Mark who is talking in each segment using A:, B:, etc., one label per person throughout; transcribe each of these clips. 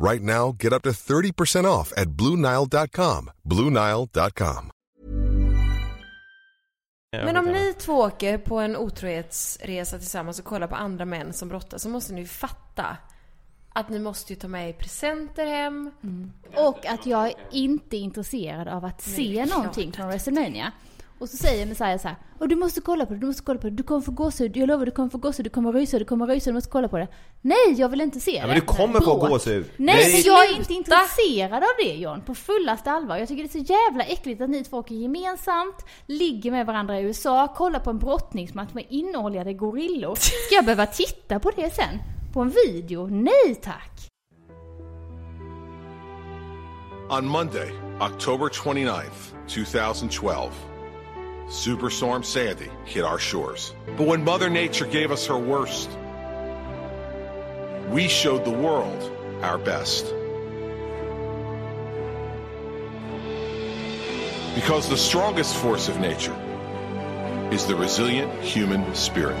A: Right now, get up to 30% off at BlueNile.com. BlueNile.com.
B: Men om ni två åker på en otrohetsresa tillsammans och kollar på andra män som brottas så måste ni ju fatta att ni måste ju ta med er presenter hem.
C: Och att jag är inte intresserad av att se någonting från WrestleMania. Och så säger Messiah så här, och du måste kolla på det, du måste kolla på det, du kommer få gåshud, jag lovar du kommer få gåshud, du kommer rysa, du kommer rysa, du måste kolla på det. Nej, jag vill inte se det.
D: men du kommer få
C: Bråk.
D: gåshud.
C: Nej,
D: Nej.
C: men jag är inte
B: Sluta.
C: intresserad av det John, på fullaste allvar. Jag tycker det är så jävla äckligt att ni två åker gemensamt, ligger med varandra i USA, kollar på en brottningsmatch med inoljade gorillor. Ska jag behöva titta på det sen? På en video? Nej tack!
E: On Monday, October 29th, 2012, Superstorm Sandy hit our shores. But when Mother Nature gave us her worst, we showed the world our best. Because the strongest force of nature is the resilient human spirit.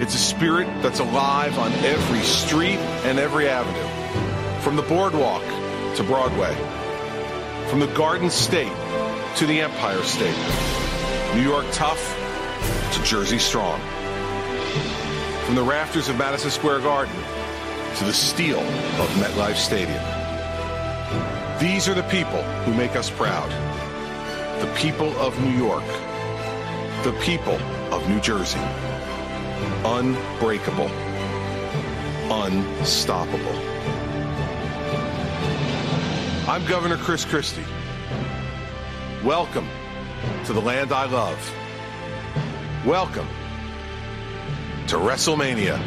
E: It's a spirit that's alive on every street and every avenue. From the boardwalk to Broadway. From the Garden State to the Empire State. New York tough to Jersey strong. From the rafters of Madison Square Garden to the steel of MetLife Stadium. These are the people who make us proud. The people of New York. The people of New Jersey unbreakable, unstoppable. I'm Governor Chris Christie. Welcome to the land I love. Welcome to WrestleMania.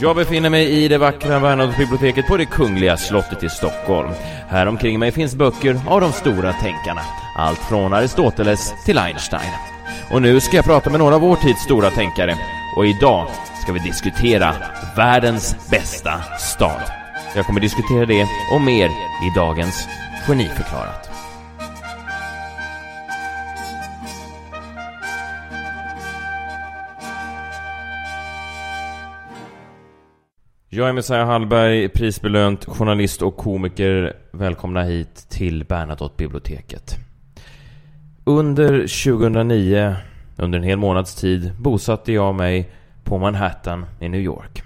F: Jag befinner mig i det vackra Bernadotte-biblioteket på det kungliga slottet i Stockholm. Här omkring mig finns böcker av de stora tänkarna. Allt från Aristoteles till Einstein. Och nu ska jag prata med några av vår tids stora tänkare. Och idag ska vi diskutera världens bästa stad. Jag kommer diskutera det och mer i dagens Geniförklarat. Jag är Messiah Hallberg, prisbelönt journalist och komiker. Välkomna hit till Bernadotte-biblioteket. Under 2009, under en hel månads tid, bosatte jag mig på Manhattan i New York.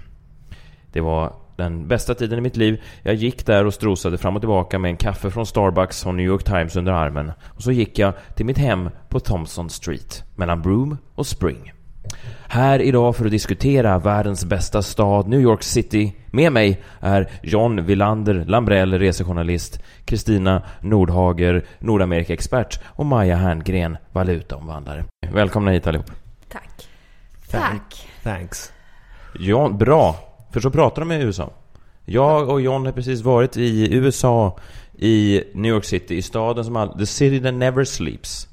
F: Det var den bästa tiden i mitt liv. Jag gick där och strosade fram och tillbaka med en kaffe från Starbucks och New York Times under armen. Och så gick jag till mitt hem på Thompson Street, mellan Broome och Spring. Här idag för att diskutera världens bästa stad, New York City. Med mig är John Villander Lambrell, resejournalist, Kristina Nordhager, Nordamerikaexpert och Maja Herngren, valutaomvandlare. Välkomna hit allihop.
B: Tack.
C: Tack!
D: Thanks.
F: Ja, bra. För så pratar de i USA. Jag och John har precis varit i USA, i New York City, i staden som all... The city that never sleeps.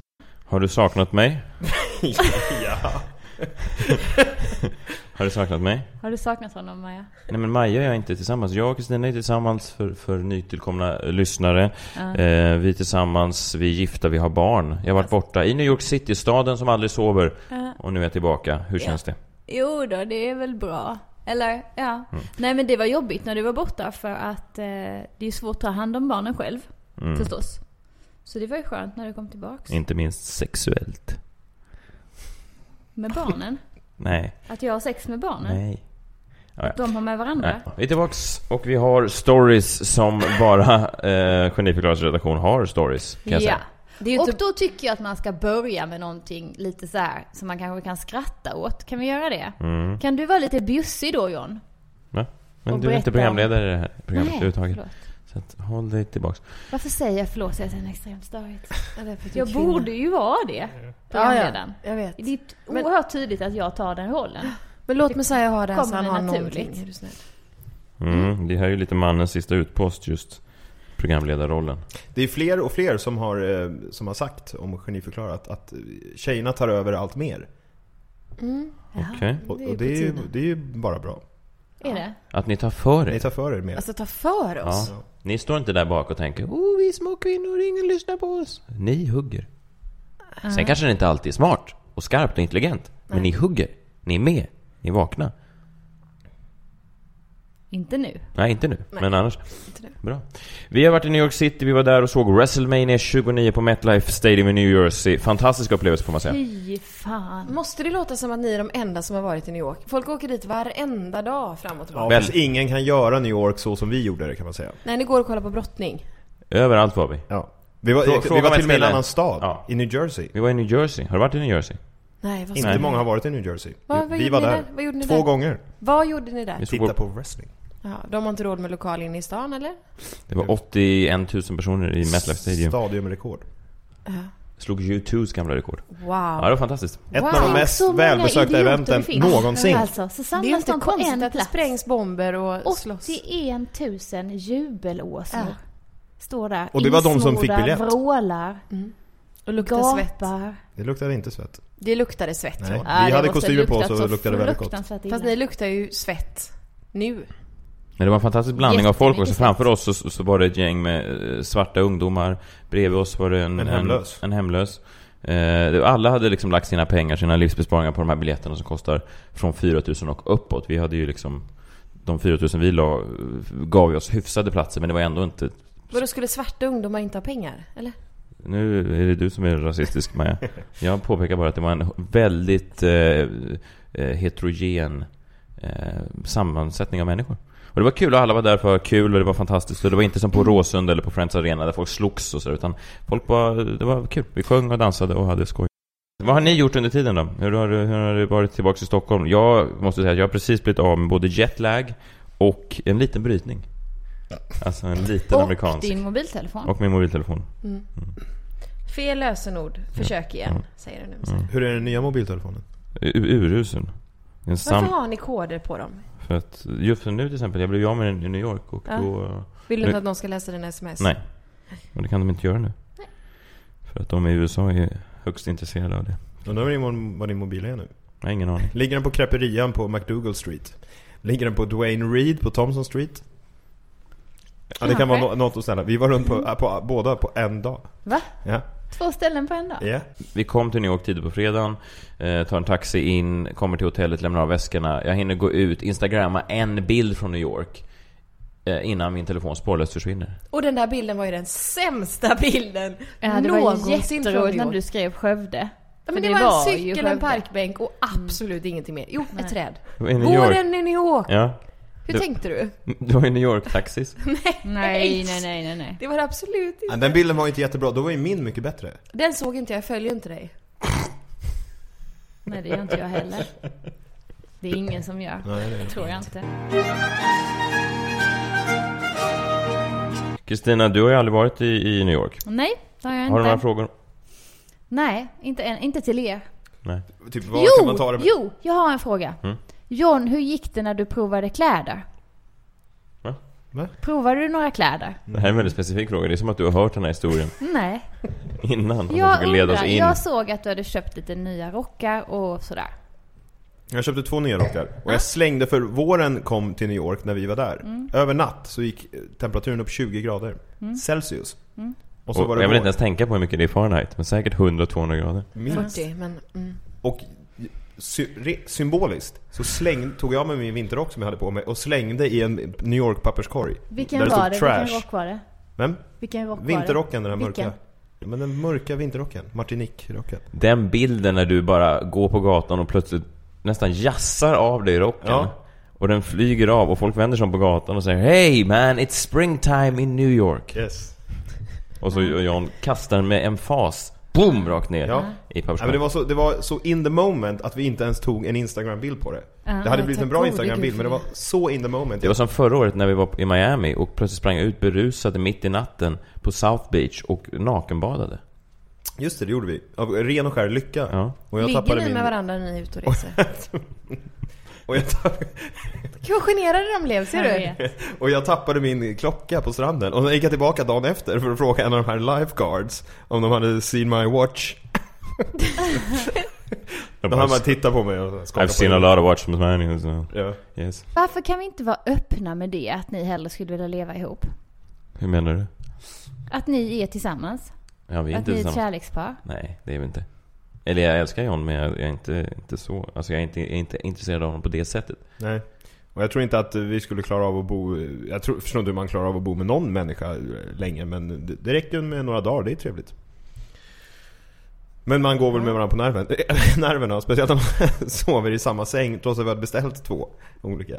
F: Har du saknat mig?
D: ja.
F: Har du saknat mig?
C: Har du saknat honom Maja?
F: Nej men Maja och jag är inte tillsammans. Jag och Kristina är tillsammans för, för nytillkomna eh, lyssnare. Eh, vi är tillsammans, vi är gifta, vi har barn. Jag har varit borta i New York City, staden som aldrig sover. Och nu är jag tillbaka. Hur känns det?
C: Jo då, det är väl bra. Eller ja.
F: Mm.
C: Nej men det var jobbigt när du var borta för att eh, det är svårt att ta hand om barnen själv.
F: Mm.
C: Förstås. Så det var ju skönt när du kom tillbaks.
F: Inte minst sexuellt.
C: Med barnen.
F: Nej,
C: Att jag har sex med barnen.
F: nej.
C: De har med varandra.
F: Nej. Vi är tillbaks och vi har stories som bara eh, Geniförklarades redaktion har stories. Kan jag
C: Ja.
F: säga.
B: Det är ju typ-
C: och
B: inte-
C: då tycker jag att man ska börja med någonting lite så här som man kanske kan skratta åt. Kan vi göra det? Kan du vara lite bjussig då John?
F: Mm. Va? Men
C: Och
F: du är inte
C: berätta om-
F: programledare i det här programmet överhuvudtaget.
C: förlåt.
F: Så att, håll dig tillbaks.
C: Varför säger jag förlåt? Säger jag en extremt störigt?
B: Ja, det är för att du är
C: Jag
B: kvinna.
C: borde ju vara det. Programledaren.
B: Ja, ja, jag vet.
C: Det är t-
B: Men-
C: oerhört tydligt att jag tar den rollen.
B: Men låt mig säga ha det här så
C: Kommer
B: han har
C: naturligt.
B: någonting. Är du snäll?
F: Mm, det här är ju lite mannens sista utpost just programledarrollen.
D: Det är fler och fler som har, eh, som har sagt om geniförklarat att eh, tjejerna tar över allt mer.
F: Okej.
D: Och,
B: Mm, Det är
D: och
B: på
D: det, är ju,
B: tiden.
D: det är ju bara bra.
C: Är det?
F: Att ni tar för
D: Ni
F: er.
D: tar för er mer.
B: Alltså ta för
F: Ja.
B: oss.
F: Ni står inte där bak och tänker oh, vi är små kvinnor, ingen lyssnar på oss. Ni hugger. Sen kanske ni inte alltid är smart och skarpt och intelligent. Men ni hugger. Ni är med. Ni är vakna.
C: Inte nu.
F: Nej, inte nu. Men annars. Bra. Vi har varit i New York City, vi var där och såg WrestleMania 29 på MetLife Stadium i New Jersey. Fantastisk upplevelse får man säga.
C: Fy fan.
B: Måste det låta som att ni är de enda som har varit i New York? Folk åker dit varenda dag fram och tillbaka.
D: Ja,
F: Väl-
D: fast ingen kan göra New York så som vi gjorde det kan man säga.
B: Nej, ni går och kollar på brottning.
F: Överallt var vi.
D: Ja. Vi var,
F: Frå-
D: vi
F: fråga
D: var
F: mig
D: till och med i en
F: ställe.
D: annan stad,
F: Ja.
D: i New Jersey.
F: Vi var i New Jersey. Har du varit i New Jersey?
B: Nej, vad
D: Inte
B: sa ni?
D: många har varit i New Jersey.
B: Vad- vad
D: vi
B: gjorde
D: var
B: ni
D: där,
B: där? Vad gjorde ni
D: två
B: där?
D: gånger.
B: Vad gjorde ni där?
F: Vi såg
D: Titta
F: på,
D: på wrestling.
B: Ja, de har inte råd med lokal inne i stan, eller?
F: det var 81 000 personer i MetLife Stadium.
D: Stadiumrekord.
F: Slog U2s gamla rekord.
B: Wow.
F: Ja, det var fantastiskt.
D: Ett
B: Wow.
D: av de
B: Tänk
D: mest
C: Så många
D: välbesökta
C: idioter
D: eventen
C: det finns.
D: någonsin.
C: Alltså, så
B: det är ju
C: samlas
B: inte
C: de på
B: konstigt
C: en
B: att det
C: plats.
B: sprängs bomber och slåss.
C: 81 000 jubelåsnor.
B: Ja.
C: Står där.
D: Och det var de som fick
C: insnodda,
D: biljett.
C: vrålar,
B: Och Mm. luktar svett.
C: gapar.
D: Det luktade inte svett.
B: Det luktade svett.
D: Nej.
B: John.
D: Vi
C: det
D: hade
C: måste
D: kostymer på
C: luktat
D: oss och det luktade väldigt gott.
C: fruktansvärt illa.
B: Fast ni luktar ju svett nu.
F: Men det var en fantastisk blandning av folk också.
C: Jättemycket
F: Framför oss så, så var det ett gäng med eh, svarta ungdomar. Bredvid oss var det en,
D: En hemlös.
F: En, en hemlös. Eh, det- alla hade liksom lagt sina pengar, sina livsbesparingar på de här biljetterna som kostar från 4 000 och uppåt. Vi hade ju liksom... De 4 000 vi la eh, gav ju oss hyfsade platser, men det var ändå inte...
B: Vadå, skulle svarta ungdomar inte ha pengar? Eller?
F: Nu är det du som är rasistisk, Maja. Jag påpekar bara att det var en väldigt eh, eh, heterogen eh, sammansättning av människor. Och det var kul och alla var där för att ha kul och det var fantastiskt. Och det var inte som på Råsund eller på Friends Arena där folk slogs och så utan folk var, det var kul. Vi sjöng och dansade och hade skoj. Vad har ni gjort under tiden då? Hur har, du- hur har du varit tillbaka i Stockholm? Jag måste säga att jag har precis blivit av med både jetlag och en liten brytning. Alltså en liten
C: Och
F: amerikansk.
C: din mobiltelefon.
F: Och min mobiltelefon.
B: Fel lösenord. Försök igen,
F: Mm.
B: säger du nu.
D: Hur är den nya mobiltelefonen?
F: U- Urusel. En sam-
B: Varför har ni koder på dem?
F: för att, just för nu till exempel, jag blev ju av med den i New York och då...
B: Vill du
F: Nu-
B: inte att någon ska läsa dina sms?
F: Nej. Men det kan de inte göra nu. För att de i USA är högst intresserade av det.
D: Undrar vad din- vad din mobil är nu?
F: Jag har ingen aning.
D: Ligger den på Creperian på McDougall Street? Ligger den på Dwayne Reed på Thompson Street? Ja, det kan vara nå- något att ställa. Vi var runt på, äh, på båda på en dag.
C: Va?
D: Ja.
C: Två ställen på en dag?
D: ja.
F: Vi kom till New York tidigt på fredagen, eh, tar en taxi in, kommer till hotellet, lämnar av väskorna. Jag hinner gå ut, instagramma en bild från New York. Eh, innan min telefon spårlöst försvinner.
B: Och den där bilden var ju den sämsta bilden
C: Ja, det var
B: någonsin från New
C: jätteroligt
B: York.
C: när du skrev Skövde.
B: Ja,
C: För
B: men det,
C: var
B: var en
C: ju Mm.
B: cykel, en
C: Skövde.
B: parkbänk och absolut ingenting mer. Jo, ett träd.
F: Det var i New York.
B: Våren i New York.
F: Ja.
B: Hur
F: Det-
B: tänkte du?
F: Det var i New York-taxis.
C: Nej, nej, nej, nej, nej.
B: Det var det absolut inte.
D: Ja, Den bilden var ju inte jättebra. Då var ju min mycket bättre.
B: Den såg inte jag, jag följer inte dig.
C: Nej, det gör inte jag heller. Det är ingen som gör.
D: Nej, det är
C: det tror jag inte.
F: Kristina, du har ju aldrig varit i, i New York.
C: Nej, det har jag
F: Har du några
C: inte.
F: frågor?
C: Nej, inte, än, inte till er.
F: Nej.
D: Typ, vad kan man
C: jo,
D: ta det med?
F: Mm.
C: jo, jag har en fråga. John, hur gick det när du provade kläder?
F: Va? Mm.
C: Provar du några kläder?
F: Det här är en väldigt specifik fråga. Det är som att du har hört den här historien
C: Nej.
F: innan. och
C: Jag,
F: försöker leda oss
C: undrar,
F: in.
C: jag såg att du hade köpt lite nya rockar och sådär.
D: Jag köpte två nya rockar och jag slängde för våren kom till New York när vi var där.
C: Mm.
D: Över natt så gick eh, temperaturen upp 20 grader Celsius.
C: Mm.
D: Och så
F: Och
D: var det
F: jag vill inte
D: vår.
F: ens tänka på hur mycket det är Fahrenheit, men säkert 100-200 grader.
D: Minst.
B: 40, men... Mm.
D: Och sy re- symboliskt så släng, tog jag med min vinterrock som jag hade på mig och slängde i en New York papperskorg.
C: Vilken
D: där
C: var
D: stod
C: det?
D: Trash.
C: Vilken rock var det?
D: Vem?
C: Vilken rock var det?
D: Vinterrocken, den här
C: Vilken?
D: mörka. Ja, Men den mörka vinterrocken. Martinique-rocken.
F: Den bilden när du bara går på gatan och plötsligt nästan jassar av dig rocken.
D: Ja.
F: Och den flyger av och folk vänder sig om på gatan och säger Hey man, it's springtime in New York.
D: Yes.
F: Och så och John kastar den med en fas, boom, rakt ner
D: Ja. Ja,
F: i
D: men det,
F: papperskorgen.
D: var så, det var så in the moment att vi inte ens tog en Instagram-bild på det. det hade blivit en
B: tack
D: bra
B: gode
D: Instagram-bild
B: gud
D: men det
B: för
D: var så in the moment.
F: Det var som förra året när vi var i Miami och plötsligt sprang ut berusade mitt i natten på South Beach och nakenbadade.
D: Just det, det gjorde vi. Av ren och skär lycka.
F: Ja.
D: Och jag
B: Ligger
D: tappade
B: ni
D: min...
B: med varandra när ni är ute och reser?
D: Och jag, tappade,
B: Gud vad generade de blev, ser
C: Jag
B: du?
C: vet.
D: och jag tappade min klocka på stranden. Och sen gick jag tillbaka dagen efter för att fråga en av de här lifeguards om de hade seen my watch. Då hade man tittat på mig och
F: I've
D: skakat på
F: seen a
D: huvudet.
F: lot of watch man. So.
D: Ja.
F: Yes.
C: Varför kan vi inte vara öppna med det? Att ni hellre skulle vilja leva ihop?
F: Hur menar du?
C: Att ni är tillsammans?
F: Ja, vi är
C: att
F: inte
C: ni är ett
F: tillsammans.
C: kärlekspar?
F: Nej, det är vi inte. Eller jag älskar John, men jag jag är inte, inte så. Alltså jag är inte, jag är inte intresserad av honom på det sättet.
D: Nej. Och jag tror inte att eh, vi skulle klara av att bo... Jag tror, förstår inte hur man klarar av att bo med någon människa eh, länge men det, det räcker ju med några dagar, det är trevligt. Men man går väl med varandra på nerven, nerverna, speciellt om man sover i samma säng trots att vi hade beställt två olika.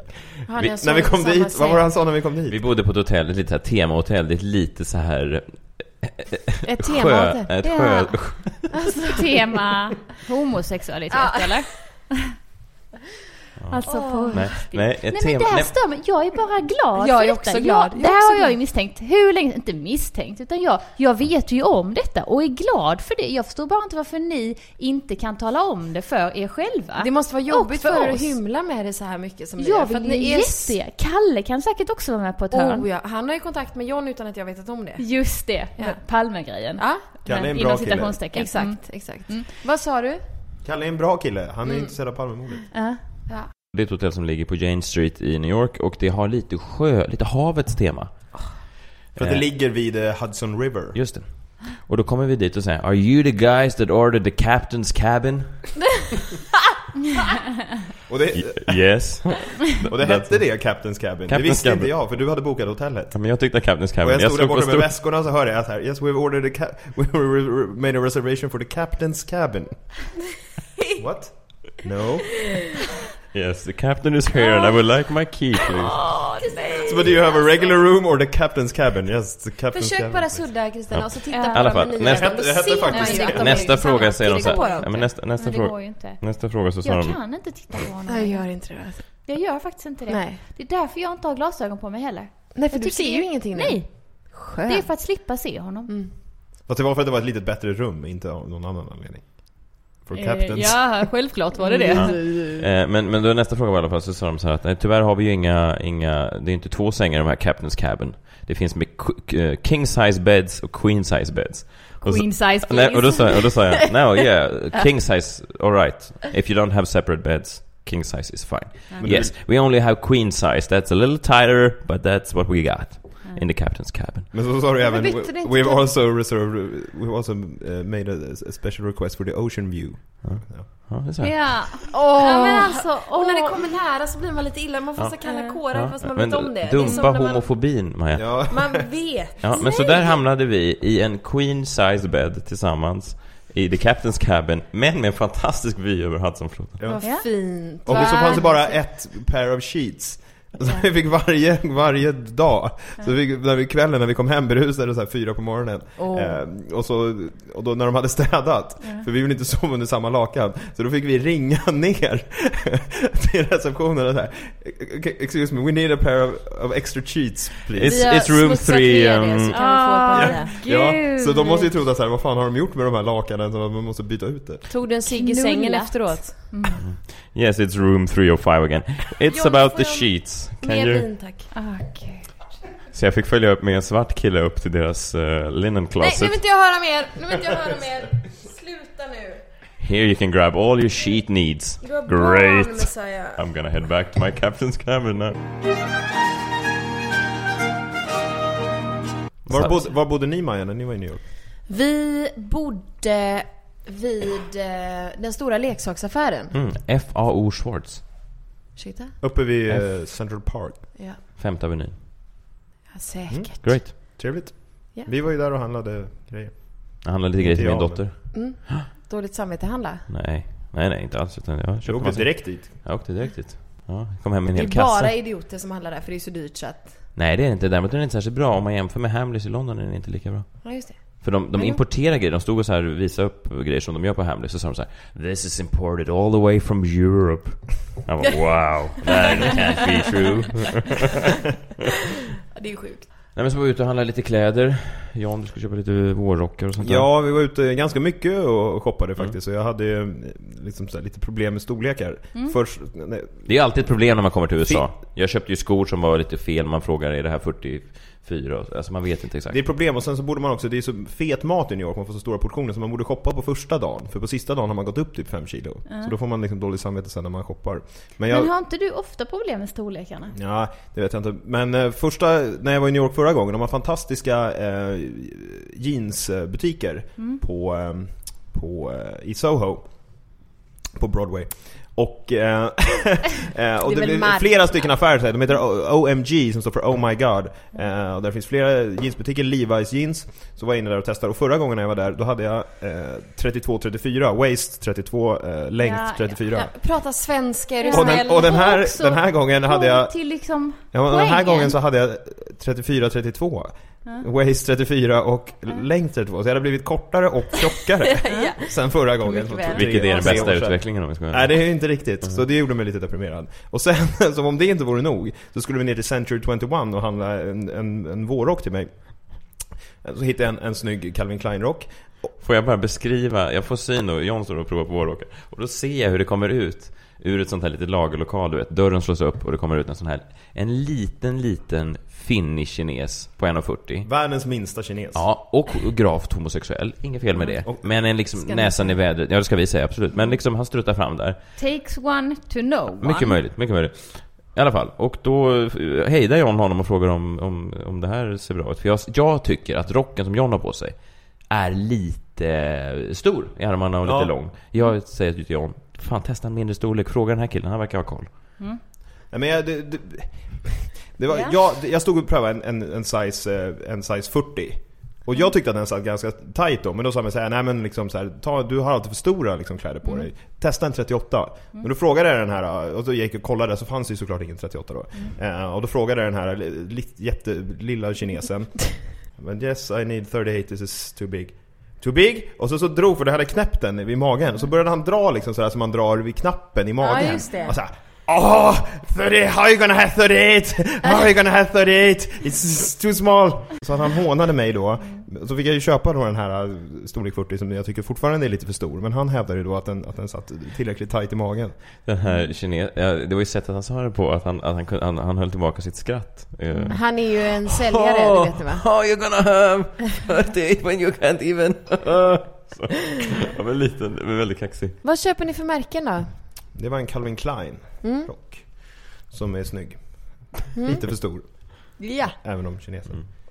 B: Har
F: Vi-
B: ni alltså
D: när vi kom
B: samma
D: dit, vad
B: säng?
D: var det han sa när vi kom dit?
F: Vi bodde på ett hotell, ett litet så här temahotell. Det är lite så här...
B: Ett
F: Sjö, Eh.
B: tema?
F: ett
C: Ja.
F: sjö,
C: Tema homosexualitet
B: Alltså, Ja.
C: eller? Alltså på
F: Nej, nej, ett
C: Nej men
F: tema...
C: det här
F: Nej,
C: stör mig. Jag är bara glad
B: Jag
C: för
B: är
C: detta.
B: också glad.
C: Jag,
B: Jag
C: det
B: är också
C: här har jag
B: glad.
C: ju misstänkt hur länge, inte misstänkt, utan jag, jag vet ju om detta och är glad för det. Jag förstår bara inte varför ni inte kan tala om det för er själva.
B: Det måste vara
C: Och
B: jobbigt för, er att
C: oss.
B: hymla med det så här mycket som ni gör.
C: Jag
B: för
C: vill
B: att ni
C: ju
B: är s-
C: jätte... Kalle kan säkert också vara med på ett hörn.
B: Oh, ja. Han har ju kontakt med John utan att jag vetat om det.
C: Just det,
B: Ja.
C: Palmegrejen.
B: Ja,
D: Kalle är en bra
C: Inom
D: kille.
C: citationstecken.
B: exakt,
C: Mm.
B: exakt. Vad sa du?
D: Kalle är en bra kille, han är intresserad av Palmemordet.
C: Ja.
F: det är ett hotell som ligger på Jane Street i New York och det har lite sjö, lite havets tema.
D: För att det ligger vid eh, Hudson River.
F: Just det. Och då kommer vi dit och säger Are you the guys that ordered the captain's cabin?
D: Och det,
F: Yes.
D: och det hette det, Captain's Cabin. det
F: Captain's
D: visste inte
F: Cabin.
D: jag för du hade bokat hotellet.
F: Ja, men jag tyckte Captain's cabin.
D: Och jag stod där
F: slog på
D: borta med
F: stor-
D: väskorna så hörde jag så här Yes we've ordered a ca- we were- made a reservation for the captain's cabin What? No?
F: Yes, the captain is here and I would like my key please.
D: So but do you have a regular room or the captain's cabin? Yes, the captain's
B: Försök
D: cabin
B: bara sudda Kristina och så titta
C: Ja.
B: på
F: I alla
B: de
F: fall,
B: menyerna.
F: nästa-
B: Då
D: det hette
B: ser man
D: faktiskt
B: ju
D: det.
B: att de är liksom-
F: Nästa fråga
B: tillsammans.
F: säger de
B: Det
F: så
B: går
F: här,
B: inte.
F: ja, men nästa, nästa,
C: Men det går
F: fråga,
C: ju inte.
F: nästa fråga så sa
C: Jag
F: de
C: kan inte titta på honom.
B: Nej, gör inte det.
C: Jag gör faktiskt inte det.
B: Nej.
C: Det är därför jag inte har glasögon på mig heller.
B: Nej, för
C: Jag
B: du
C: tycker
B: ser
C: det-
B: ju ingenting nu.
C: Nej,
B: Skönt.
C: det är för att slippa se honom.
D: Fast det var för att det var ett lite bättre rum, inte av någon annan anledning For
C: Eh,
D: captains
C: Ja, självklart var det det.
F: Eh, men, men då nästa fråga var i alla fall så sa de så här att nej, tyvärr har vi ju inga, inga, det är inte två sängar i de här Captain's Cabin. Det finns med k- k- king size beds och queen size beds. Och så-
C: Queen size
F: Nej, och, då
C: please.
F: sa, och då sa jag, no yeah, king size, alright. If you don't have separate beds, king size is fine. Yes, we only have queen size, that's a little tighter, but that's what we got. In the captain's cabin.
D: Men så sa du även
B: men bytte det
D: "We-
B: inte
D: We've
B: cap-
D: also reserved, we've also eh, made a, a special request for the ocean view Ja.
F: Ja, det är så här.
C: Ja.
B: Åh.
C: ja, men alltså.
B: Och när det
C: åh.
B: kommer nära så blir man lite illa. Man får så kalla kårar
F: Ja,
B: fast man
F: men
B: vet om det. det. är som
F: Dumpa
B: när man-
F: homofobin, Maja.
D: Ja.
B: Man vet.
F: Ja, men så där hamnade vi i en queen size bed tillsammans i the captain's cabin, men med en fantastisk vy över Hudsonfloden.
D: Ja.
B: Vad fint.
D: Och så fanns det bara ett pair of sheets. Så vi fick varje, varje dag. Så vi, fick- när vi, kvällen när vi kom hem berusade så här fyra på morgonen. Eh, och, så, och då när de hade städat, för vi ville inte sova under samma lakan. Så då fick vi ringa ner till receptionen och så här. "Ex- Excuse me, we need a pair of, of extra sheets please.
F: It's, it's room three.
B: det,
F: Um,
B: så kan vi få ett par nya.
D: Ja, så de måste ju tro att så här, vad fan har de gjort med de här lakanen? Så man måste byta ut det.
B: Tog du en cigg i sängen
C: Knullat.
B: efteråt?
F: yes, it's room 305 again. It's
B: John,
F: about
B: får
F: the
B: jag-
F: sheets. Can
B: Mer
F: you...
B: vin tack.
C: Ah, gud.
F: Så jag fick följa upp med en svart kille upp till deras eh, linen
B: Nej, nu
F: closet.
B: vill inte jag höra mer! Nu vill inte jag höra mer! Sluta nu!
F: Here you can grab all your sheet needs.
B: Du har barn,
F: Great!
B: Messiah.
F: I'm gonna head back to my captain's cabin now.
D: Var, bod, var bodde ni Maja när ni var i New York?
B: Vi bodde vid eh, den stora leksaksaffären.
F: Mm, F.A.O. Schwartz.
B: Ursäkta?
D: Uppe vid eh, Central Park.
B: Ja,
F: Femte avenyn. Mm,
B: ja säkert.
F: Great.
D: Trevligt.
B: Ja.
D: Vi var ju där och handlade grejer.
F: Jag handlade lite grejer till
D: Inte
F: min
D: jag,
F: dotter.
B: Dåligt samvete handla.
F: Nej. Nej, nej, inte alls. Utan jag
D: Vi
F: köpte
D: åkte
F: massa.
D: direkt dit.
F: Jag åkte direkt dit. Ja, jag kom hem med en
B: Det
F: hel
B: är bara
F: kassa.
B: idioter som handlar där för det är så dyrt så att...
F: Nej, det är det inte. Däremot är den inte särskilt bra. Om man jämför med Hamleys i London är den inte lika bra.
B: Ja, just det.
F: För de, de importerar grejer. De stod och så här visade upp grejer som de gör på Hamleys. Så sa de så här: This is imported all the way from Europe. Jag bara, wow. That can't be true.
B: Ja, det är sjukt.
F: Nej men så var vi ute och handlade lite kläder. Jan, du skulle köpa lite vårrockar och sånt där.
D: Ja, vi var ute ganska mycket och shoppade
F: Mm.
D: faktiskt. Och jag hade eh, liksom så här lite problem med storlekar. Först, nej,
F: Det är alltid ett problem när man kommer till USA. Jag köpte ju skor som var lite fel. Man frågar, är det här 44? Och så- Alltså man vet inte exakt.
D: det är problem och sen så borde man också, det är så fet mat i New York, man får så stora portioner så man borde shoppa på första dagen. För på sista dagen har man gått upp typ 5 kilo. Så då får man liksom dåligt samvete sen när man shoppar. Men jag,
C: Men har inte du ofta problem med storlekarna?
D: Ja, det vet jag inte. Men eh, första, när jag var i New York förra gången, de har fantastiska eh, jeansbutiker på, eh, på, eh, i Soho. På Broadway. Och, eh, eh, och
B: väl
D: det blir
B: marknad.
D: flera stycken affärer, så här. de heter O- OMG som står för Oh My God. Eh, och där finns flera jeansbutiker, Levi's jeans. Så var jag inne där och testade och förra gången när jag var där då hade jag eh, 32-34, waist 32, eh, längd
C: Ja, ja.
D: 34.
B: Ja, prata svenska, är du
D: Och, den,
B: snäll?
D: och den, här,
C: också
D: den här gången hade jag
C: Kom till liksom
D: Ja, men den här
C: poängen.
D: gången så hade jag 34-32. Waist 34 och längd 32. Så jag hade blivit kortare och tjockare sen förra gången.
B: Mycket
D: som
B: väl.
D: tog tre-
F: Vilket är den
D: tre år
F: bästa
D: sedan.
F: utvecklingen om vi ska Mm.
D: Nej, det är inte riktigt. Så det gjorde mig lite deprimerad. Och sen, som om det inte vore nog, så skulle vi ner till Century 21 och handla en, en, en vårrock till mig. Så hittade jag en, en snygg Calvin Klein-rock.
F: Får jag bara beskriva? Jag får syn och John står och provar på vårrockar. Och då ser jag hur det kommer ut ur ett sånt här litet lagerlokal, du vet. Dörren slås upp och det kommer ut en sån här, en liten, liten finnig kines på 1,40.
D: Världens minsta kines.
F: Ja, och gravt homosexuell. Inget fel med det. Men en liksom näsan i vädret. Ja, det ska vi säga, absolut. Men liksom, han struttar fram där.
C: Takes one to know one.
F: Mycket möjligt, mycket möjligt. I alla fall. Och då eh, hejdar John honom och frågar om, om, om det här ser bra ut. För jag, jag tycker att rocken som John har på sig är lite stor i armarna och lite
D: Ja.
F: lång. Jag säger till John, fan testa en mindre storlek. Fråga den här killen, han verkar ha koll.
D: Nej, men jag, det, det, det var, jag, jag stod och prövade en, en, en, size, eh, en size 40 och jag tyckte att den satt ganska tight då, men då sa man såhär, nej men liksom så här, ta, du har alltid för stora liksom kläder på dig. Testa en 38. Men då frågade jag den här, eh, och då gick jag och kollade, så fanns det ju såklart ingen 38 då. Eh, och då frågade jag den här li, jättelilla kinesen. Men yes, I need 38, this is too big. Too big! Och så, så drog, för det hade knäppt den vid magen, så började han dra liksom sådär som man drar vid knappen i magen.
B: just det.
D: Och så här, Oh, 30, how you gonna have 38? How you gonna have 38? It's too small! Så att han hånade mig då. Så fick jag ju köpa då den här eh, storlek 40 som jag tycker fortfarande är lite för stor. Men han hävdade ju då att den, att den satt tillräckligt tight i magen.
F: Den här kines, ja, det var ju sättet han sa det på, att han, att han, kunde- han, han höll tillbaka sitt skratt. Eh,
B: Han är ju en säljare, det vet ni va?
F: How you Oh, gonna have birthday when you can't even... Så, ja, men liten, men väldigt kaxig.
B: Vad köper ni för märken då?
D: Det var en Calvin Klein
B: Mm.
D: rock. Som är snygg. Lite för stor.
B: Ja.
D: Även om kinesen.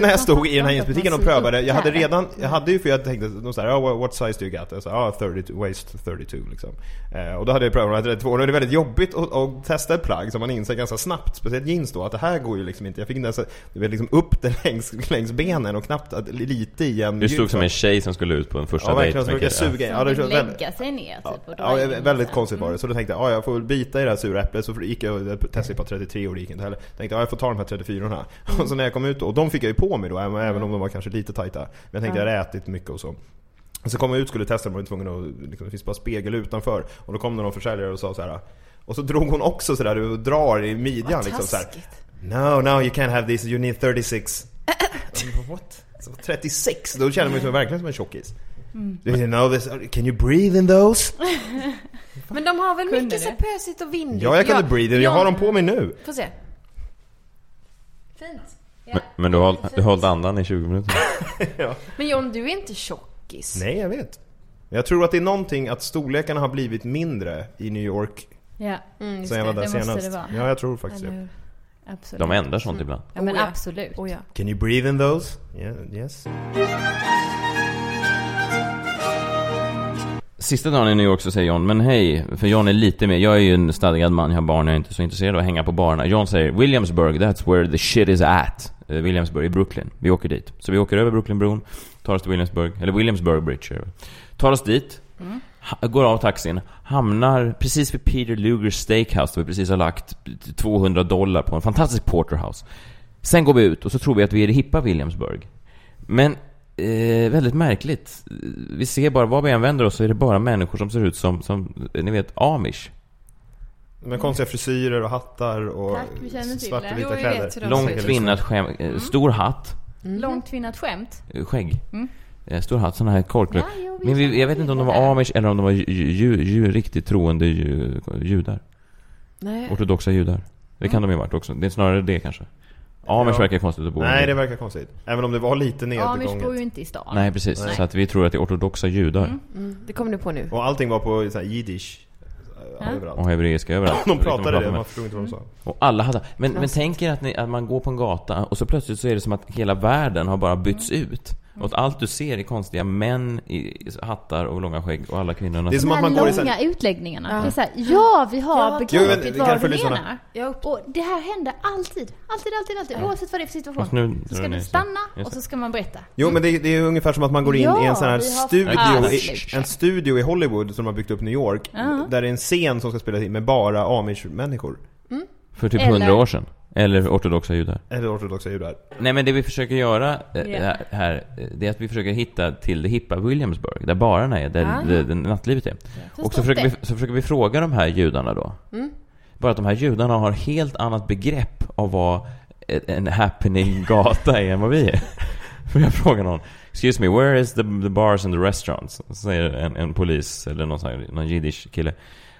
D: När jag stod i den här jeansbutiken och prövade, jag hade redan, jag hade ju för jag tänkte de så här, oh, what size do you got? Jag sa, ah 32, waist 32 liksom. Eh, och då hade jag prövat de här 32 och det är väldigt jobbigt att, att testa ett plagg som man inser ganska snabbt, speciellt jeans då, att det här går ju liksom inte. Jag fick inte ens, det var liksom upp det längs, längs benen och knappt att, lite i en
F: Du stod som en tjej som skulle ut på en första
D: Ja
F: dejt.
D: verkligen, så brukade jag
F: verkar-
D: suga in. Ja, det var
F: ja.
D: väldigt-
C: Lägga sig ner typ. Och dra
D: Ja,
C: in.
D: eh, väldigt konstigt var det. Så då tänkte jag, ja, jag får väl bita i det här sura äpplet. Så gick jag jag testade på 33 och det gick inte heller. Tänkte, ja, jag får ta de här 34orna. Och så när jag kom ut, och de fick jag ju på mig då, även även om de var kanske lite tajta. Men jag tänkte,
G: Ja.
D: jag hade ätit mycket och så. Och så kom jag ut skulle testa dem och var tvungen att, liksom, det finns bara spegel utanför. Och då kom det någon försäljare och sa så här. Och så drog hon också sådär och drar i midjan
G: Vad
D: liksom så här.
G: taskigt.
D: No, no you can't have this, you need 36. What? Så 36? Då känner man ju som- verkligen som en tjockis.
B: Mm.
D: Do you know this? Can you breathe in those?
B: Men de har väl mycket så pösigt och vindigt?
D: Ja, jag kan inte breathe in. Jag har dem på mig nu.
B: Få se. Fint.
F: Men, men du har du har hållit andan i 20 minuter.
B: Men John, du är inte tjockis.
D: Nej, jag vet. Jag tror att det är någonting att storlekarna har blivit mindre i New York
C: Ja.
B: Mm,
D: sen jag var där senast. Ja, jag tror faktiskt
C: Eller
D: det.
C: hur? Absolut.
F: De ändrar sånt ibland.
C: Ja men
B: Oh, ja.
C: absolut.
B: Oh, ja.
D: Can you breathe in those? Yeah, yes.
F: Sista dagen i New York så säger John, men hej, för John är lite mer, jag är ju en stadgad man, jag har barn, jag är inte så intresserad av att hänga på barerna. John säger, Williamsburg, that's where the shit is at. Eh, Williamsburg i Brooklyn. Vi åker dit. Så vi åker över Brooklynbron, tar oss till Williamsburg, eller Williamsburg Bridge. är det. Tar oss dit,
G: Mm.
F: ha- går av taxin, hamnar precis vid Peter Lugers Steakhouse där vi precis har lagt 200 dollar på en fantastisk porterhouse. Sen går vi ut och så tror vi att vi är i hippa Williamsburg. Men eh, väldigt märkligt. Vi ser bara, vad vi än vänder oss så är det bara människor som ser ut som, som eh, ni vet, amish.
D: Med konstiga frisyrer och hattar och
C: Tack, vi känner till
D: svarta
C: det.
D: vita
C: Jo, vi vet hur
D: kläder.
C: de
F: Lång kvinnat skäm, eh, stor hatt,
C: Långt tvinnat skämt.
F: eh, skägg.
C: Mm.
F: Eh, Stor hatt, sån här korkbröd.
C: Ja, jo, vi
F: Men
C: känner
F: vi, jag vet
C: till
F: inte om de
C: det
F: var amish eller om de var ju, ju, ju, riktigt troende ju, judar.
B: Nej.
F: Ortodoxa judar. Det kan de ju ha varit också. Det er är snarare det kanske. Amish
D: Ja.
F: verkar konstigt att bo i.
D: Nej, det verkar konstigt. Även om det var lite
C: Amish bor
D: nedgånget.
C: ju inte i stan.
F: Nej, precis.
C: Nej.
F: Så att vi tror att det är ortodoxa judar.
B: Mm, det kommer du på nu.
D: Och allting var på så här, jiddisch.
B: Ja.
D: Överallt.
F: Och hebreiska överallt. Liksom
D: De pratade
F: pratar
D: det,
F: med-
D: man förstod inte vad de sa.
F: Och alla hade... Men, men
D: Konstigt.
F: tänk er att, ni, att man går på en gata och så plötsligt så är det som att hela världen har bara bytts ut. Och att allt du ser är konstiga män i hattar och långa skägg och alla kvinnorna...
D: Det är som
C: De
D: att
C: här
D: man går i så
C: långa
D: här-
C: utläggningarna.
F: Ja.
C: Det är så här, ja vi har
F: Ja. Jo, men
C: begripit
F: vi kan
C: vad du
F: följa såna.
C: menar. Och det här händer alltid. Alltid, alltid, alltid. Oavsett vad det är för situation.
D: Fast nu
C: så
D: drar
C: ska
D: ni
C: du
D: så.
C: stanna
D: Just
C: och
D: det.
C: så ska man berätta.
D: Jo men det, det är ungefär som att man går in
C: Ja,
D: i en sån här
C: vi har
D: studio,
C: fast-
D: i, en studio i Hollywood som de har byggt upp i New York.
C: Ja.
D: Där det är en scen som ska spelas in med bara amish-människor.
F: För typ
D: Eller-
F: hundra år sedan. Eller ortodoxa judar.
D: Eller ortodoxa judar.
F: Nej men det vi försöker göra eh,
D: Ja.
F: här, eh, det är att vi försöker hitta till det hippa Williamsburg, där barerna är, där,
B: Ah.
F: där, där nattlivet är. Och så
B: Förstått
F: försöker, vi,
B: det.
F: så försöker vi fråga de här judarna då.
B: Mm.
F: Bara att de här judarna har helt annat begrepp av vad ett- en happening-gata i än vad vi är. För jag frågar någon, excuse me, where is the, the bars and the restaurants? Så säger en, en polis eller någon, sån här, någon jiddisch kille.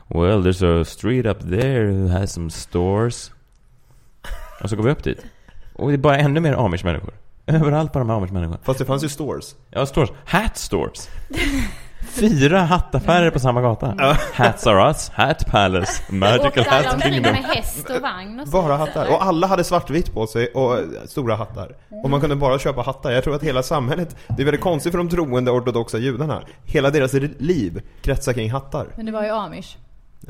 F: Well, there's a street up there who has some stores. Och så går vi upp dit. Och det är bara ännu mer amish-människor. Överallt bara de här amish-människorna.
D: Fast det fanns ju stores.
F: Ja, stores. Hat stores. Fyra hattaffärer på samma gata. Hats are us, Hat Palace, Magical
C: Åkte alla
F: Hat
C: omkring
F: Kingdom.
C: med häst och vagn och så.
D: Bara hattar. Och alla hade svartvitt på sig och eh, stora hattar. Och man kunde bara köpa hattar. Jag tror att hela samhället, det är väldigt konstigt för de troende ortodoxa judarna. Hela deras liv kretsar kring hattar.
C: Men det var ju amish.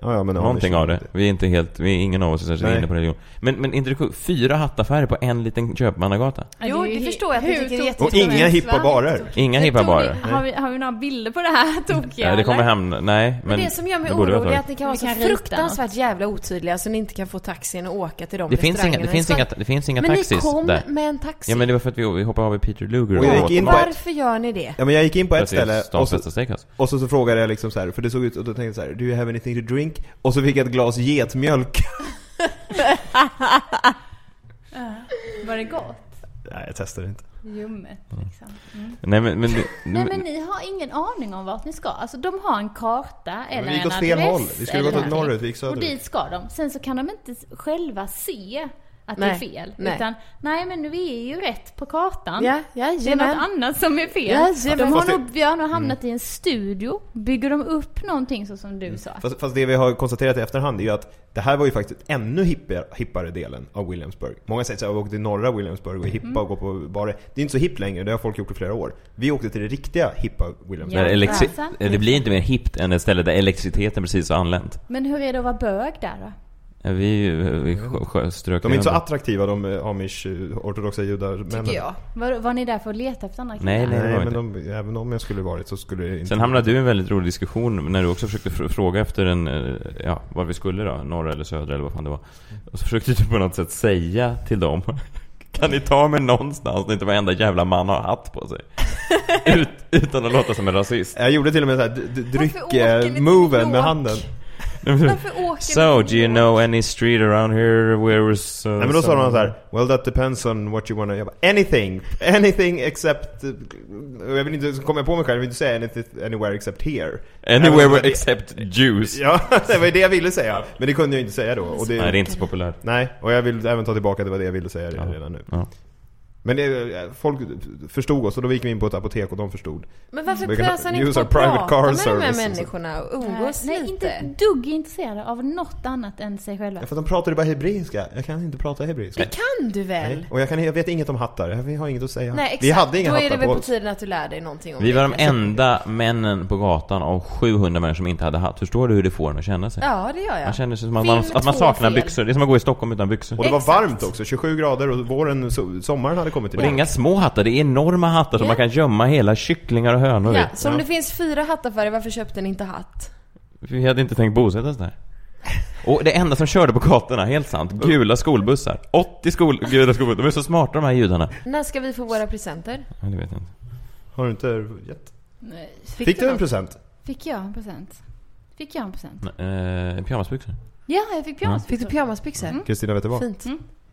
D: Ja, ja, men
F: Någonting
D: Amish-
F: av det. Vi är inte helt, vi är ingen av oss är särskilt
D: Nej.
F: inne på religion. Men, men inte det sjukt? Fyra hattaffärer på en liten köpmannagata.
B: Jo, det förstår jag att ni tycker är
F: Och inga hippa barer. Inga hippa barer.
C: Har vi, har vi några bilder på det här tokiga?
F: Ja, det kommer
C: eller?
F: hamna, nej. Men,
B: Men det som gör mig
F: det borde vi ha
B: orolig är
F: tagit.
B: att ni kan vara
C: Vi
B: så
C: kan rita
B: fruktansvärt jävla otydliga så ni inte kan få taxin och åka till de
F: Det finns
B: restaurangerna.
F: inga, det finns
B: Så-
F: inga, det finns inga
B: men
F: taxis
B: Men ni kom
F: där.
B: med en taxi.
F: Ja men det var för att vi, vi hoppade av i Peter Luger.
D: Och jag gick in på ett-
B: Varför gör ni det?
D: Ja men jag gick in på
F: För
D: ett
F: att det är alltså.
D: ställe
F: stans
D: och så,
F: bästa steakhouse.
D: och så, så frågade jag liksom så här, för det såg ut, och då tänkte jag så här, Do you have anything to drink? Och så fick jag ett glas getmjölk.
C: Ja. Var det gott?
D: Nej jag testade inte.
C: Ljummet liksom. Mm.
F: Nej men, men,
C: Nej men ni har ingen aning om vart ni ska. Alltså de har en karta eller
D: vi gick
C: en
D: åt fel
C: adress
D: håll. Vi skulle
C: eller
D: gått åt
C: någonting.
D: norrut, vi gick söderut.
C: Och dit ska de. Sen så kan de inte själva se att det är
B: Nej,
C: fel.
B: nej.
C: Utan, nej men vi är ju rätt på kartan.
B: Ja,
C: det är
B: jajamän.
C: något annat som är fel.
B: Jajamän.
C: de har
D: Fast det-
C: nog, vi har nog hamnat
F: Mm.
C: i en studio. Bygger de upp någonting så som du sa?
D: Fast, fast det vi har konstaterat i efterhand är ju att det här var ju faktiskt ännu hippare, hippare delen av Williamsburg. Många säger att jag åkte till norra Williamsburg och är hippa
C: Mm.
D: och går på barer. Det är inte så hippt längre, det har folk gjort i flera år. Vi åkte till det riktiga hippa Williamsburg.
F: där elektri- eh, det blir inte mer hippt än ett ställe där elektriciteten precis har anlänt.
C: Men hur är det att vara bög där då?
F: Ja, Vi, vi sjö- sjö- strök
D: De är inte så
F: över.
D: attraktiva de eh, amish eh, ortodoxa judarmännen.
C: Tycker jag. Var, var ni där för att leta efter andra
F: Nej, nej, det var
D: men de, även om jag skulle varit så skulle det inte...
F: Sen hamnade du i en väldigt rolig diskussion när du också försökte fr- fråga efter en, eh, ja, var vi skulle då, norra eller södra eller vad fan det var. Och så försökte du på något sätt säga till dem Kan ni ta mig någonstans när inte varenda jävla man har hatt på sig? Ut, utan att låta som en rasist.
D: Jag gjorde till och med så här d- d-
F: åker ni till
D: dryck-moven med handen.
F: So, do you know any street around here where was... Uh,
D: Nej men då sa de så här, well that depends on what you wanna... Jag bara, anything! Anything except... eh, Jag vill inte, så kom jag på mig själv, jag vill inte säga anything, anywhere except here.
F: Anywhere
D: Även om det-
F: except Jews.
D: Ja, det var det jag ville säga. Men det kunde jag inte säga då. Och det,
F: Nej, det är inte så populärt.
D: Nej, och jag vill även ta tillbaka att det var det jag ville säga redan nu.
F: Ja.
D: Men det, folk förstod oss och då gick vi in på ett apotek och de förstod.
B: Men varför
D: We can
B: prösar ni inte
D: use
B: på
D: our
B: att prata med de här
D: service.
B: människorna och umgås
C: Nej, nej,
B: lite?
C: inte ett dugg intresserade av något annat än sig själva.
D: Ja, för de pratade bara hebreiska. Jag kan inte prata hebreiska.
B: Det kan du väl?
D: Nej. Och jag, kan, jag vet inget om hattar. Vi har inget att säga.
B: Nej, exakt.
D: Vi hade inga
B: Då är det
D: hattar
B: väl
D: på
B: på
D: oss.
B: tiden att du lär dig någonting om
F: Vi
B: det.
F: var de enda männen på gatan av 700 människor som inte hade hatt. Förstår du hur det får en att känna sig?
B: Ja, det gör jag.
F: Man känner sig som att man,
B: Film
F: att man
B: två
F: saknar
B: fel.
F: byxor. Det är som att gå i Stockholm utan byxor.
D: Och det var varmt också. 27 grader och våren, so- sommaren hade kommit
F: Och det är
D: tillbaka.
F: inga små hattar, det är enorma hattar som
B: Ja.
F: Alltså, man kan gömma hela kycklingar och hönor
B: Ja,
F: i.
B: så om det finns fyra hattaffärer, varför köpte ni inte hatt?
F: Vi hade inte tänkt bosätta oss där. Och det enda som körde på gatorna, helt sant, gula skolbussar. 80 skol, gula skolbussar. De är så smarta de här judarna.
B: När ska vi få våra presenter?
F: Ja, det vet jag inte.
D: Har du inte gett?
C: Nej.
D: Fick, du en
C: något?
D: present?
C: Fick jag en present? Fick jag en present?
F: Eh, pyjamasbyxor.
C: Ja, jag fick pyjamasbyxor.
B: Fick du pyjamasbyxor? Mm.
D: Kristina, vet du vad?
B: Fint.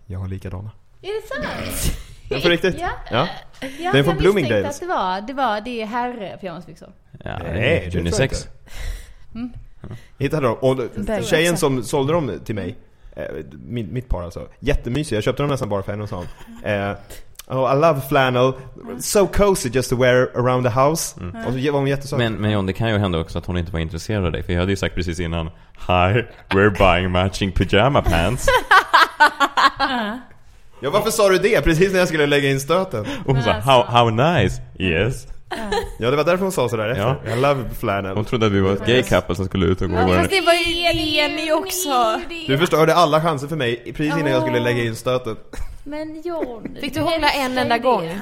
D: Jag har likadana.
C: Är det sant?
D: Men på riktigt?
C: Ja.
D: Ja.
C: ja
D: Den är
C: jag
D: från
C: misstänkte
D: Bloomingdale's.
C: att det var, det var, det är herre pyjamasbyxor.
F: Ja,
D: Nej,
F: det
D: det
F: är
D: tror jag
F: unisex.
C: Mm.
D: Hittade dem. Och
C: Bögar.
D: tjejen som sålde dem till mig, eh, mitt, mitt par alltså, jättemysig. Jag köpte dem nästan bara för henne och sa eh, Oh, I love flannel, so cozy just to wear around the house. Och så var hon jättesöt.
F: Mm. Men, men John, det kan ju hända också att hon inte var intresserad av dig. För jag hade ju sagt precis innan Hi, we're buying matching pyjama pants.
D: Ja, varför sa du det? Precis när jag skulle lägga in stöten.
F: Och hon sa how, how nice, yes.
D: Ja, det var därför hon sa sådär efter. I love flannel.
F: Hon trodde att vi var ett gay couple som skulle ut och gå i vår...
B: Fast det var ju Eleni också.
D: Du förstörde alla chanser för mig precis innan jag skulle lägga in stöten.
C: Men John,
B: Fick du hångla en
C: älskar
B: enda
C: ju
B: gång?
C: det.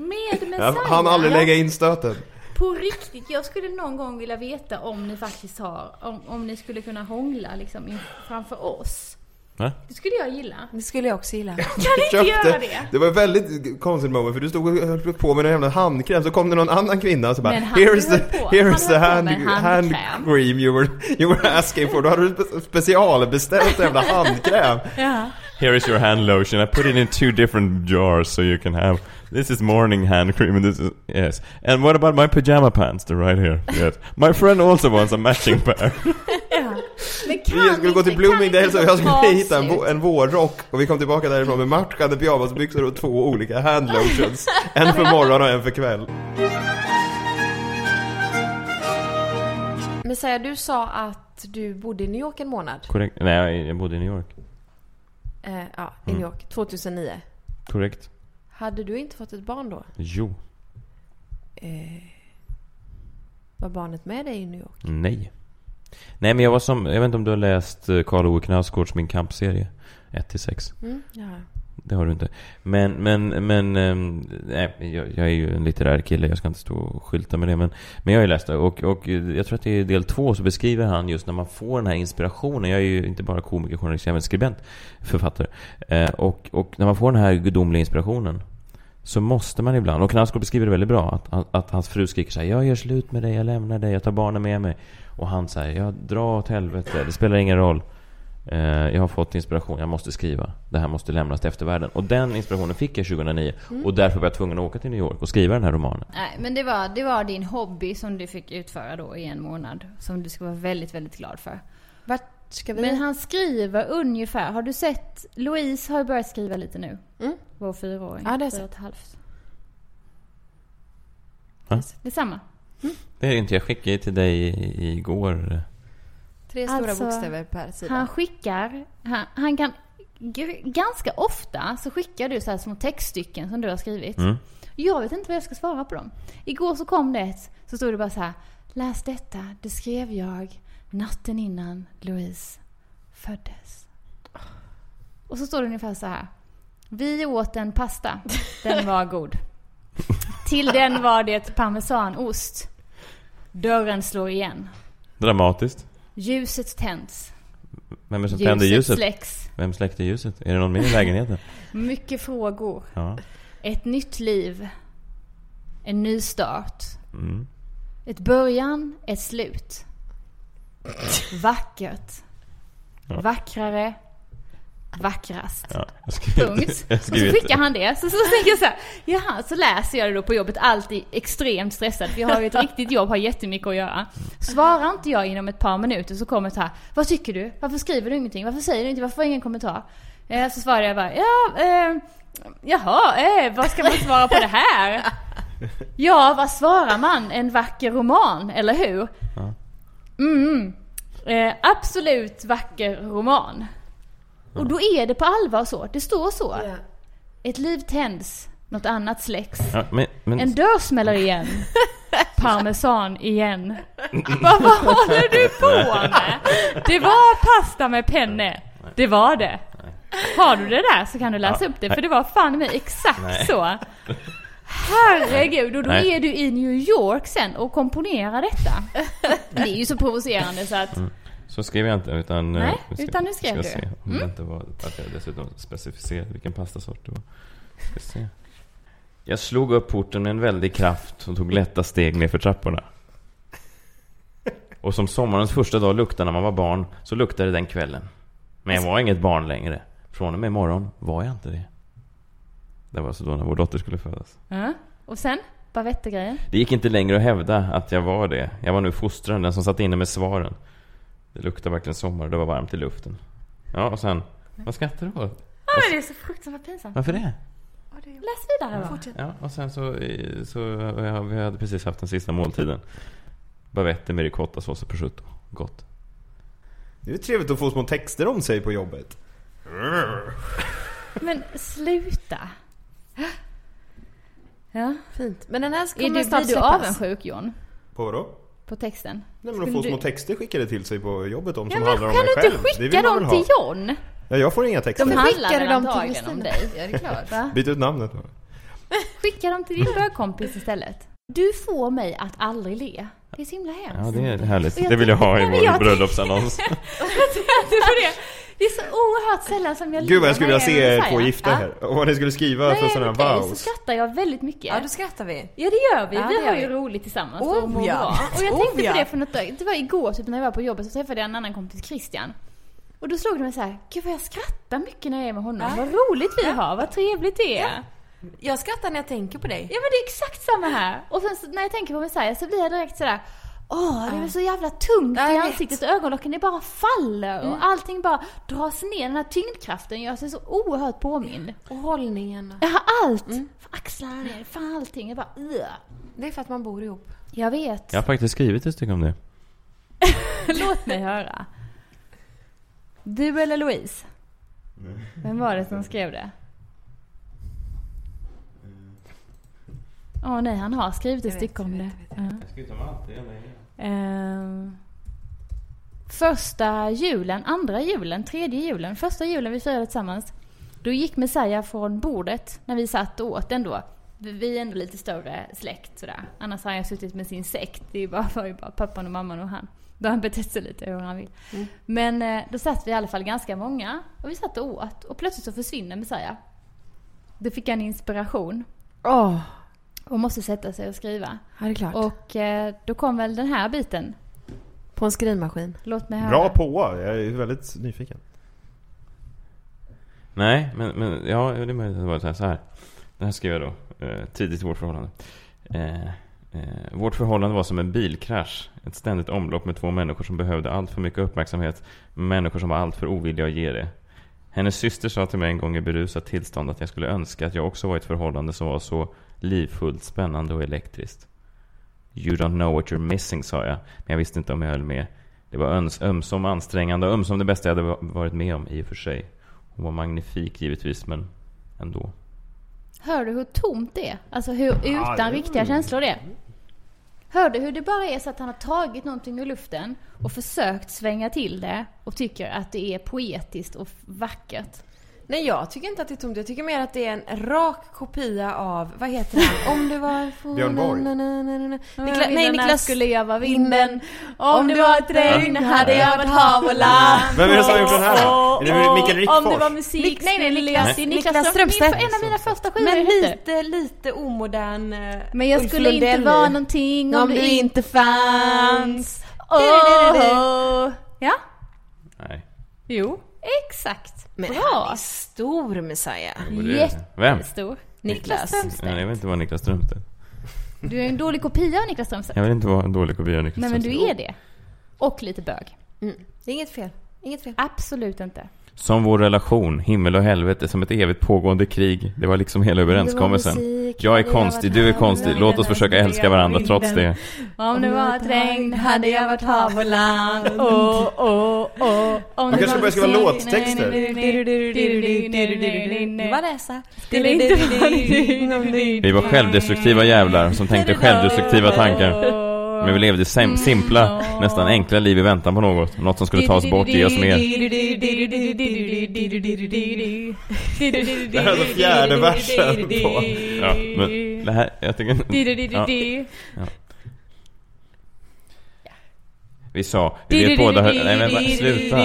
C: Med
D: Jag
C: Messiah?
D: hann aldrig lägga in stöten.
C: På riktigt, jag skulle någon gång vilja veta om ni faktiskt har, om, om ni skulle kunna hångla liksom in, framför oss.
F: Va?
C: Det skulle jag gilla.
B: Det skulle jag också gilla.
C: Kan ni inte göra det?
D: Det var ett väldigt konstigt moment för du stod och höll på med en jävla handkräm så kom det någon annan kvinna och så bara
C: Men han
D: Here is the,
C: höll på.
D: here
C: Han
D: is the
C: höll på
D: hand,
C: med
D: hand
C: handkräm."
D: cream you were, you were asking for. Då hade du spe- specialbeställt en jävla handkräm.
C: Ja.
F: Here is your hand lotion. I put it in two different jars so you can have. This is morning hand cream, and this is yes. And what about my pajama pants? They're right here. Yes. My friend also wants a matching pair.
C: Men
D: Vi skulle gå till Bloomingdales och jag
C: ta
D: skulle hitta en,
C: avslut?
D: vå- en vårrock och vi kom tillbaka därifrån med matchande pyjamasbyxor och två olika handlotions. En för morgon och en för kväll.
B: Messiah, du sa att du bodde i New York en månad.
F: Korrekt. Nej, jag bodde i New York.
B: Eh, ja, i
F: Mm.
B: New York. 2009.
F: Korrekt.
B: Hade du inte fått ett barn då?
F: Jo.
B: Eh, var barnet med dig i New York?
F: Nej. Nej, men jag var som... Jag vet inte om du har läst eh, Karl Ove Knausgårds Min Kamp-serie? 1-6.
B: Mm, ja.
F: Det har du inte. Men, men, men... ehm, Nej, jag, jag är ju en litterär kille. Jag ska inte stå och skylta med det. Men, men jag har ju läst det. Och, och eh, jag tror att det är del två så beskriver han just när man får den här inspirationen. Jag är ju inte bara komiker, journalist, jag är även skribent, författare. Eh, och, och när man får den här gudomliga inspirationen så måste man ibland, och Knausgård beskriver det väldigt bra, att, att, att hans fru skriker så här, jag gör slut med dig, jag lämnar dig, jag tar barnen med mig. Och han säger, jag drar åt helvete, det spelar ingen roll. Eh, jag har fått inspiration, jag måste skriva. Det här måste lämnas till eftervärlden. Och den inspirationen fick jag 2009.
C: Mm.
F: Och därför var jag tvungen att åka till New York och skriva den här romanen.
C: Nej, men det var, det var din hobby som du fick utföra då i en månad. Som du ska vara väldigt, väldigt glad för.
B: Mm.
C: Men han skriver ungefär, har du sett? Louise har ju börjat skriva lite nu. Mm. Vår fyraåring.
B: Ja, det har
C: Fyra
B: jag sett.
C: och ett halvt.
F: Va?
C: Det är samma.
F: Det är ju inte, jag skickade ju till dig i- igår.
B: Tre stora bokstäver per sida.
C: Han skickar, han, han kan, g- ganska ofta så skickar du så här små textstycken som du har skrivit.
F: Mm.
C: Jag vet inte vad jag ska svara på dem. Igår så kom det ett, så stod det bara så här. Läs detta, det skrev jag natten innan Louise föddes. Och så står det ungefär så här. Vi åt en pasta. Den var god. Till den var det parmesanost. Dörren slår igen.
F: Dramatiskt.
C: Ljuset tänds.
F: Vem är det som
C: Ljuset
F: tände ljuset?
C: släcks.
F: Vem släckte ljuset? Är det någon mer i lägenheten?
C: Mycket frågor.
F: Ja.
C: Ett nytt liv. En ny start.
F: Mm.
C: Ett början, ett slut. Vackert.
F: Ja.
C: Vackrare. Vackrast.
F: Ja, jag skrev-
C: Punkt.
F: jag
C: Och så
F: skrev inte.
C: skickar han det. Så, så tänker jag så här, jaha, så läser jag det då på jobbet. Alltid extremt stressad. För jag har ju ett riktigt jobb, har jättemycket att göra. Svarar inte jag inom ett par minuter så kommer det så här, vad tycker du? Varför skriver du ingenting? Varför säger du inte? Varför har jag ingen kommentar? Eh, Så svarar jag bara, ja, eh, jaha, eh, vad ska man svara på det här? Ja, vad svarar man? En vacker roman, eller hur?
F: Ja.
C: Mm. Eh, absolut vacker roman. Och då är det på allvar så. Det står så. Ett liv tänds, något annat släcks.
F: Ja, men, men,
C: En dörr smäller igen. Parmesan igen. Vad, vad håller du på med? Det var pasta med penne. Det var det. Har du det där så kan du läsa
F: Ja,
C: upp det,
F: nej.
C: för det var fan mig exakt
F: Nej.
C: så. Herregud, och då
F: Nej.
C: är du i New York sen och komponerar detta. Det är ju så provocerande så att...
F: Mm. Så skrev jag inte utan...
C: Nej,
F: eh, vi ska-
C: utan nu skrev
F: ska
C: du.
F: Se om det
C: Mm.
F: inte var att jag dessutom specificerade vilken pastasort det var. Ska se. Jag slog upp porten med en väldig kraft och tog lätta steg nerför trapporna. Och som sommarens första dag luktade när man var barn, så luktade det den kvällen. Men jag var inget barn längre. Från och med imorgon var jag inte det. Det var alltså då när vår dotter skulle födas.
C: Ja. Och sen, Bavette-grejen.
F: Det gick inte längre att hävda att jag var det. Jag var nu fostraren, den som satt inne med svaren. Det luktade verkligen sommar och det var varmt i luften. Ja, och sen... Vad skrattar du åt?
C: Ja, men det är så fruktansvärt pinsamt.
F: Varför det?
C: Läs vidare va?
F: Ja, och sen så... eh, så ja, vi hade precis haft den sista måltiden. Bavette med ricottasås och prosciutto. Gott.
D: Det är ju trevligt att få små texter om sig på jobbet.
C: Men sluta. Ja.
B: Fint. Men den här
C: Är
B: kommer
C: du,
B: snart
C: blir du
B: släppas.
C: avundsjuk John?
D: På vadå?
C: På texten?
D: Nej men att
C: Skulle
D: få
C: du-
D: små texter skickade till sig på jobbet om
C: Ja,
D: som
C: men
D: handlar om mig själv.
C: kan du inte
D: Det vill
C: skicka
D: man väl
C: dem
D: ha.
C: till John?
D: Ja, jag får inga texter.
C: De handlar väl
B: dem till
C: antagligen om dig? Ja, det är klart. Va?
D: Byt ut namnet bara.
C: Skicka dem till din
B: Mm.
C: bögkompis istället. Du får mig att aldrig le. Det är så himla hemskt.
F: Ja, det är härligt.
C: Och jag
F: Det vill jag ha i
C: tänkte- Nej, men
F: vår
C: jag
F: bröllopsannons.
C: Jag tänkte på det. Det är så oerhört sällan som jag
D: Gud vad jag skulle
C: när
D: vilja se
C: är med
D: er två
C: Messiah.
D: gifta
C: Ja.
D: här. Och vad ni skulle skriva
C: Nej,
D: för sådana
C: okej,
D: här
C: så
D: vows.
C: skrattar jag väldigt mycket.
B: Ja, då skrattar vi.
C: Ja det gör vi,
B: Ja, det
C: vi
B: gör
C: har ju
B: vi.
C: roligt tillsammans
B: Oh,
C: och mår
B: ja.
C: bra. Och jag
B: Oh,
C: tänkte
B: ja.
C: på det för något, det var igår typ när jag var på jobbet så träffade jag en annan kompis, Christian. Och då slog det mig så här, gud vad jag skrattar mycket när jag är med honom. Vad roligt vi har, vad trevligt det är.
B: Jag skrattar när jag tänker på dig.
C: Ja men det är exakt samma här. Och sen så, när jag tänker på Messiah så blir jag direkt sådär Åh, det är så jävla tungt i ansiktet och ögonlocken det bara faller och
B: Mm.
C: allting bara dras ner. Den här tyngdkraften gör sig så oerhört påmind.
B: Och hållningen.
C: Jag har allt! Fan, Axlar ner, fan allting. Jag bara Ugh.
B: Det är för att man bor ihop.
C: Jag vet.
F: Jag har faktiskt skrivit ett stycke om det.
C: Låt mig höra. Du eller Louise? Vem var det som skrev det? Åh nej, han har skrivit ett stycke om det. Ja. Ehm, första julen, andra julen, tredje julen, första julen vi firade tillsammans. Då gick Messiah från bordet när vi satt och åt ändå. Vi är ändå lite större släkt sådär. Annars har jag suttit med sin sekt. Det är bara, var ju bara pappan och mamman och han. Då har han betett sig lite hur han vill. Men eh, då satt vi i alla fall ganska många. Och vi satt och åt. Och plötsligt så försvinner Messiah. Då fick jag en inspiration.
H: Åh,
C: Och måste sätta sig och skriva.
H: ja det är klart.
C: Och eh, då kom väl den här biten.
H: På en skrivmaskin.
C: Låt mig höra.
D: Bra påa, jag är väldigt nyfiken.
F: Nej, men, men ja, det är möjligt att det var så här- så här. Det här skrev jag då, eh, tidigt i vårt förhållande. Eh, eh, vårt förhållande var som en bilkrasch. Ett ständigt omlopp med två människor som behövde allt för mycket uppmärksamhet. men Människor som var allt för ovilliga att ge det. Hennes syster sa till mig en gång i berusat tillstånd att jag skulle önska att jag också var i ett förhållande som var så livfullt, spännande och elektriskt. You don't know what you're missing, sa jag. Men jag visste inte om jag höll med. Det var öms- ömsom ansträngande och ömsom det bästa jag hade va- varit med om i och för sig. Hon var magnifik givetvis, men ändå.
C: Hör du hur tomt det är? Alltså hur utan
F: det-
C: riktiga känslor det är? Hör du hur det bara är så att han har tagit någonting ur luften och försökt svänga till det och tycker att det är poetiskt och vackert?
B: Nej, jag tycker inte att det är tomt. Jag tycker mer att det är en rak kopia av, vad heter han? Om det var...
C: Björn Borg.
B: Na, na, na, na, na.
C: Om
B: Nikla-
C: jag
B: nej,
C: ville när
B: Niklas...
C: skulle jag vara vinden. Om,
B: Om
C: det
B: det
C: var ett regn hade jag varit hav och land.
D: Vem är det som har gjort den här? Är det Mikael
C: Om det
D: Rickfors?
C: var musik
B: nej, nej,
C: skulle
B: Niklas,
C: jag...
B: nej.
C: Niklas,
B: Niklas
C: Strömstedt.
B: Strömstedt.
C: Min- En av mina första skivor
B: Men
C: hette-
B: lite, lite omodern eh,
C: Men jag
B: Ulf
C: skulle inte
B: Lundell i.
C: vara någonting om, du inte fanns. Åh,
B: Du-du-du-du-du.
C: Ja?
F: Nej.
C: Jo. Exakt.
B: Men
C: Bra.
B: han är stor Messiah.
F: Jo, det är- Vem?
C: Stor.
B: Niklas.
F: Nej, jag vill inte vara Niklas Strömstedt.
C: Du är en dålig kopia av Niklas Strömstedt.
F: Jag vill inte vara en dålig kopia av Niklas
C: Nej men du
F: Strömstedt.
C: är det. Och lite bög.
B: Det är inget fel. Inget fel.
C: Absolut inte.
F: Som vår relation, himmel och helvete, som ett evigt pågående krig. Det var liksom hela överenskommelsen.
C: musik,
F: Jag är
C: hade jag
F: konstig,
C: varit
F: du är
C: här,
F: konstig.
C: hade
F: Låt
C: jag
F: oss försöka
C: varit
F: älska
C: här,
F: varandra
C: vinden.
F: trots det.
C: Om det var ett regn hade jag varit hav och land. Åh, åh, åh. Om
D: Man
C: det
D: kanske
C: var
D: börjar skriva
C: musik-
D: låttexter.
B: Det var det så.
C: Skulle inte vara någonting om du
F: Vi var självdestruktiva jävlar som tänkte självdestruktiva tankar. Men vi levde
C: Mm,
F: sim- simpla, nästan enkla liv i väntan på något. Något som skulle ta oss bort och ge oss mer.
D: Det här är alltså fjärde versen på...
F: Ja, men det här, jag tycker... Ja. Ja. Vi sa, vi vet båda hur... Nej men va- sluta.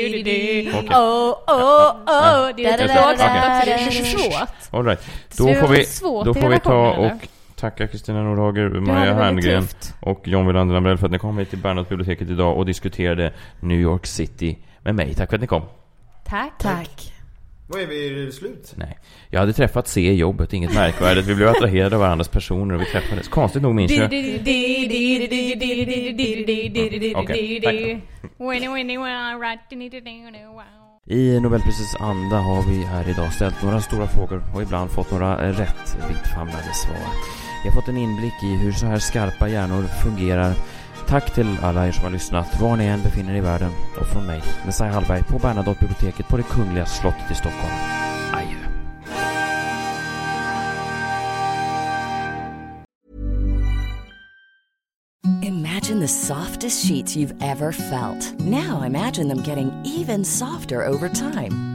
C: Åh, åh, åh. Det är
F: Okej.
C: den låten. Det är
F: Okej.
C: svårt.
F: All right. Då
C: Svårt-
F: får vi,
C: svårt
F: då
C: i
F: får vi ta
C: relationen, eller?
F: och tacka Kristina Nordager,
C: hade
F: Maja
C: väldigt
F: Herngren
C: tufft.
F: och John Wilander Lambrell för att ni kom hit till Bernhardsbiblioteket idag och diskuterade New York City med mig. Tack för att ni kom.
C: Tack.
H: Tack.
D: Vad är vi, är det slut?
F: Nej. Jag hade träffat C i jobbet, inget märkvärdigt. Vi blev attraherade av varandras personer och vi träffades. Konstigt nog minns jag... I Nobelprisets anda har vi här idag ställt några stora frågor och ibland fått några eh, rätt vittfamlade svar. Vi har fått en inblick i hur så här skarpa hjärnor fungerar. Tack till alla er som har lyssnat, var ni än befinner er i världen. Och från mig, Messiah Hallberg, på Bernadotte-biblioteket på det Kungliga slottet i Stockholm. Adjö.
G: Imagine the softest sheets you've ever felt. Now imagine them getting even softer over time.